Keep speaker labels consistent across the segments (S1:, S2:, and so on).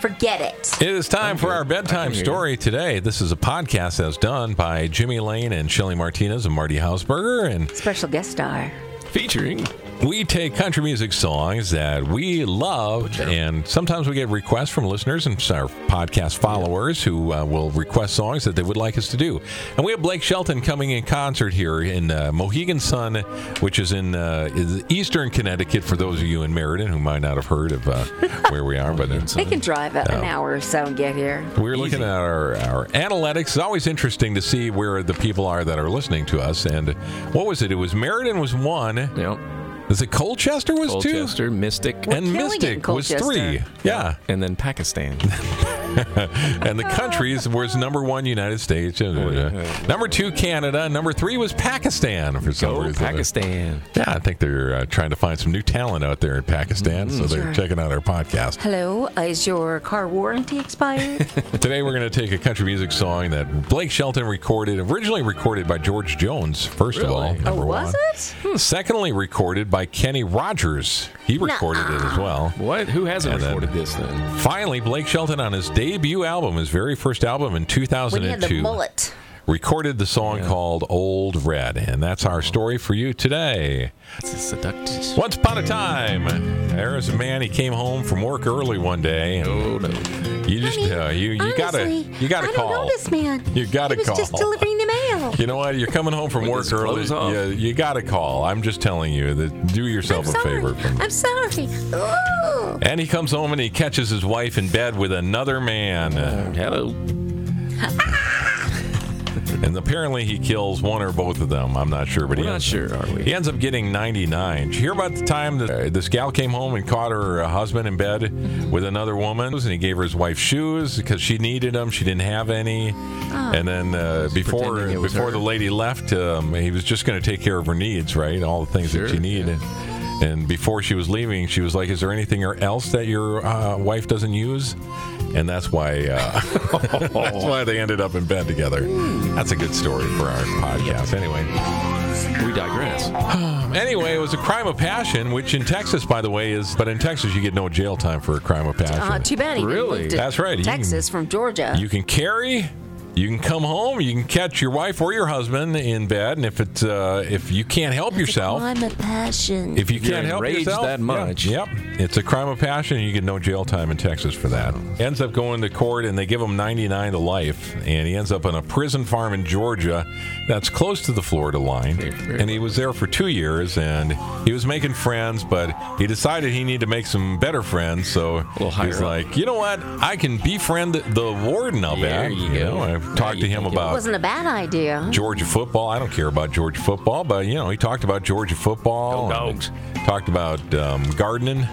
S1: forget it.
S2: It is time for our bedtime story today. This is a podcast that's done by Jimmy Lane and Shelly Martinez and Marty Hausberger. And
S1: Special guest star.
S3: Featuring
S2: we take country music songs that we love. And sometimes we get requests from listeners and our podcast followers who uh, will request songs that they would like us to do. And we have Blake Shelton coming in concert here in uh, Mohegan Sun, which is in uh, is eastern Connecticut for those of you in Meriden who might not have heard of uh, where we are. But uh,
S1: They can drive a- an hour or so and get here.
S2: we're looking at our, our analytics. It's always interesting to see where the people are that are listening to us. And what was it? It was Meriden was one.
S3: Yep.
S2: Is it Colchester was two?
S3: Colchester, Mystic, and,
S2: And
S1: killing it in
S2: Mystic was
S1: Colchester.
S2: three. Yeah.
S3: then Pakistan.
S2: And the countries was number one United States.
S3: Oh,
S2: uh, Number two Canada. Number three was Pakistan for some
S3: Go
S2: reason.
S3: Oh, Pakistan.
S2: Yeah, I think they're uh, trying to find some new talent out there in Pakistan,
S3: Mm.
S2: so they're
S1: Sure.
S2: checking out our podcast.
S1: Hello, uh, is your car warranty expired?
S2: Today we're going to take a country music song that Blake Shelton recorded, originally recorded by George Jones, first of all.
S3: Really?
S1: oh,
S2: number
S1: was
S2: one.
S1: it? Hmm.
S2: Secondly, recorded by Kenny Rogers. He recorded it as well.
S3: What? Who hasn't
S2: And then-
S3: recorded this then?
S2: Finally, Blake Shelton on his debut album, his very first album in
S1: When he had the
S2: 2002,
S1: mullet.
S2: recorded the song called Old Red. And that's our story for you today.
S3: It's a seductive.
S2: Once upon a time, there was a man. He came home from work early one day, and
S3: Oh no.
S2: you just uh, you you gotta
S1: Honestly,
S2: you gotta
S1: I
S2: call.
S1: don't know this man.
S2: You gotta
S1: he was just
S2: call.
S1: delivering the mail.
S2: You know what? You're coming home from
S3: With
S2: work
S3: his
S2: early.
S3: clothes off.
S2: Yeah, you got to call. I'm just telling you that do
S1: I'm
S2: yourself a
S1: sorry.
S2: favor. From
S1: I'm sorry. Ooh.
S2: and he comes home and he catches his wife in bed with another man.
S3: Hello.
S2: And apparently he kills one or both of them. I'm not sure, but
S3: We're
S2: he
S3: not
S2: ends,
S3: sure, are we?
S2: He ends up getting 99. Did you hear about the time that uh, this gal came home and caught her uh, husband in bed with another woman, and he gave her his wife shoes because she needed them. She didn't have any. And then uh, before
S3: pretending it was
S2: before
S3: her.
S2: the lady left, um, he was just going to take care of her needs, right? All the things
S3: Sure,
S2: that she needed. And before she was leaving, she was like, "Is there anything else that your uh, wife doesn't use?" And that's why uh, that's why they ended up in bed together. That's a good story for our podcast. Anyway,
S3: We digress.
S2: anyway, it was a crime of passion, which in Texas, by the way, is but in Texas you get no jail time for a crime of passion.
S1: Uh, too bad he didn't
S3: Really?
S1: move to
S2: That's right. You can-
S1: Texas from Georgia.
S2: You can carry. You can come home. You can catch your wife or your husband in bed, and if it's uh, if you can't help yourself,
S1: I'm a passion.
S2: If you
S3: If you're
S2: can't help
S3: enraged
S2: yourself
S3: that
S2: yeah.
S3: much.
S2: yep, it's a crime of passion. and You get no jail time in Texas for that. Ends up going to court, and they give him 99 to life, and he ends up on a prison farm in Georgia that's close to the Florida line.
S3: Very, very
S2: And he was there for two years, and he was making friends, but he decided he needed to make some better friends. So
S3: little higher
S2: he's
S3: up.
S2: like, you know what? I can befriend the warden of
S3: There
S2: that.
S3: you go.
S2: know, I've
S3: Now
S2: talked
S3: you
S2: to him
S3: think it
S2: about
S1: wasn't a bad idea.
S2: uh, Georgia football. I don't care about Georgia football, but you know, he talked about Georgia football.
S3: Go dogs.
S2: and Talked about um, gardening.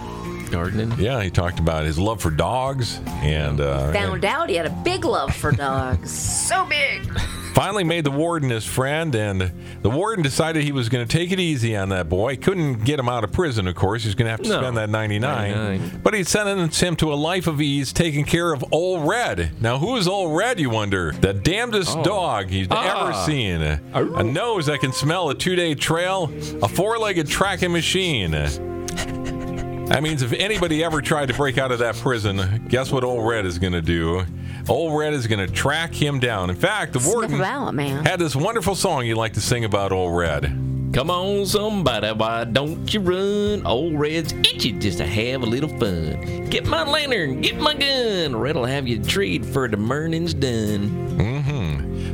S3: Gardening.
S2: Yeah, he talked about his love for dogs, and uh,
S1: Found out he had a big love for dogs. so big.
S2: and finally made the warden his friend. And the warden decided he was going to take it easy on that boy. Couldn't get him out of prison, of course. He's going to have to
S3: No.
S2: spend that ninety nine.
S3: 99.
S2: But he sentenced him to a life of ease, taking care of Old Red. Now, who is Old Red? You wonder. The damnedest dog you've
S3: Oh. Ah.
S2: ever seen. A nose that can smell a two day trail, a four legged tracking machine. That means if anybody ever tried to break out of that prison, guess what Old Red is going to do? Old Red is going to track him down. In fact, the
S1: Sniff
S2: warden
S1: about, man.
S2: had this wonderful song you like to sing about Old Red.
S3: Come on, somebody, why don't you run? Old Red's itchy just to have a little fun. Get my lantern, get my gun. Red'll have you treed for the morning's done.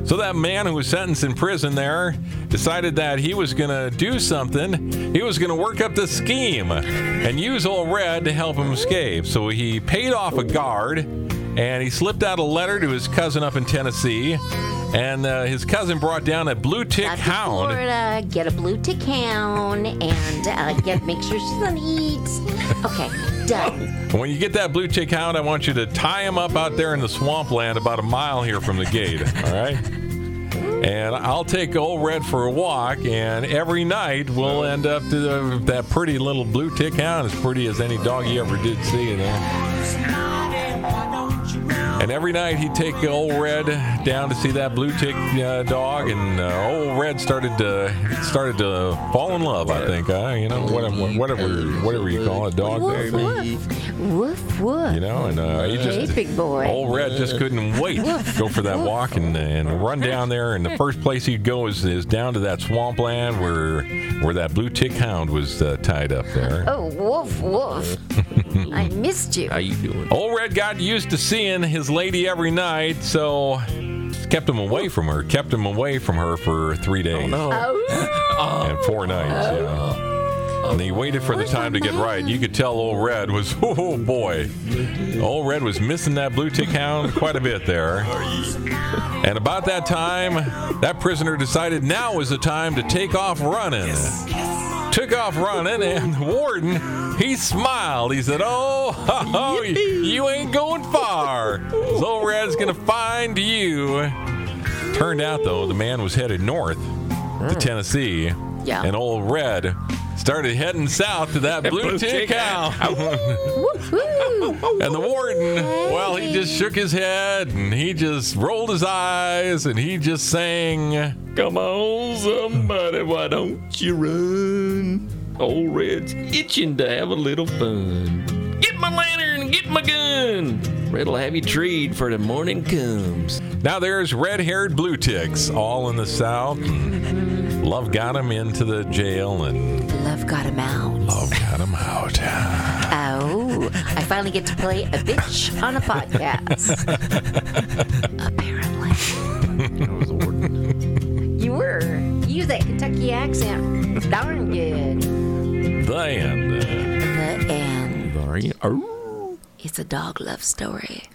S2: So that man who was sentenced in prison there decided that he was going to do something. He was going to work up the scheme and use Old Red to help him escape. So he paid off a guard and he slipped out a letter to his cousin up in Tennessee. And uh, his cousin brought down a blue tick
S1: Out to
S2: hound.
S1: Florida, get a blue tick hound, and uh, get make sure she's on eats. Okay, done.
S2: When you get that blue tick hound, I want you to tie him up out there in the swampland about a mile here from the gate. All right? And I'll take old red for a walk, and every night we'll end up to the, that pretty little blue tick hound, as pretty as any dog you ever did see. You know? And every night he'd take old red down to see that blue tick uh, dog, and uh, old red started to started to fall in love. I think, uh, you know, whatever, whatever, whatever you call a dog.
S1: Woof,
S2: there.
S1: woof. Woof woof.
S2: you know, and uh, he
S1: hey,
S2: just
S1: big boy.
S2: old red just couldn't wait to go for that walk and and run down there. And the first place he'd go is, is down to that swampland where where that blue tick hound was uh, tied up there.
S1: Oh, woof woof. I missed you.
S3: How you doing?
S2: Old Red got used to seeing his lady every night, so kept him away from her. Kept him away from her for three days
S1: Oh,
S2: and four nights. Yeah. And he waited for the time to get right. You could tell Old Red was, oh boy, Old Red was missing that blue tick hound quite a bit there. And about that time, that prisoner decided now was the time to take off running. Took off running, and the warden, he smiled. He said, Oh, ho, ho, you ain't going far. So Old Red's going to find you. Turned out, though, the man was headed north to Tennessee.
S1: Yeah.
S2: And Old Red started heading south to that blue tick hound.
S1: woof woof.
S2: And the warden, well, he just shook his head and he just rolled his eyes and he just sang.
S3: Come on, somebody, why don't you run? Old Red's itching to have a little fun. Get my lantern, get my gun. Red'll have you treed for the morning comes.
S2: Now there's red-haired blue ticks all in the south. and Love got him into the jail and
S1: Love got him out.
S2: love got him out.
S1: Oh, I finally get to play a bitch on a podcast. Apparently. You were. You used that Kentucky accent darn good.
S2: The end.
S1: The end.
S3: Are you? oh.
S1: It's a dog love story.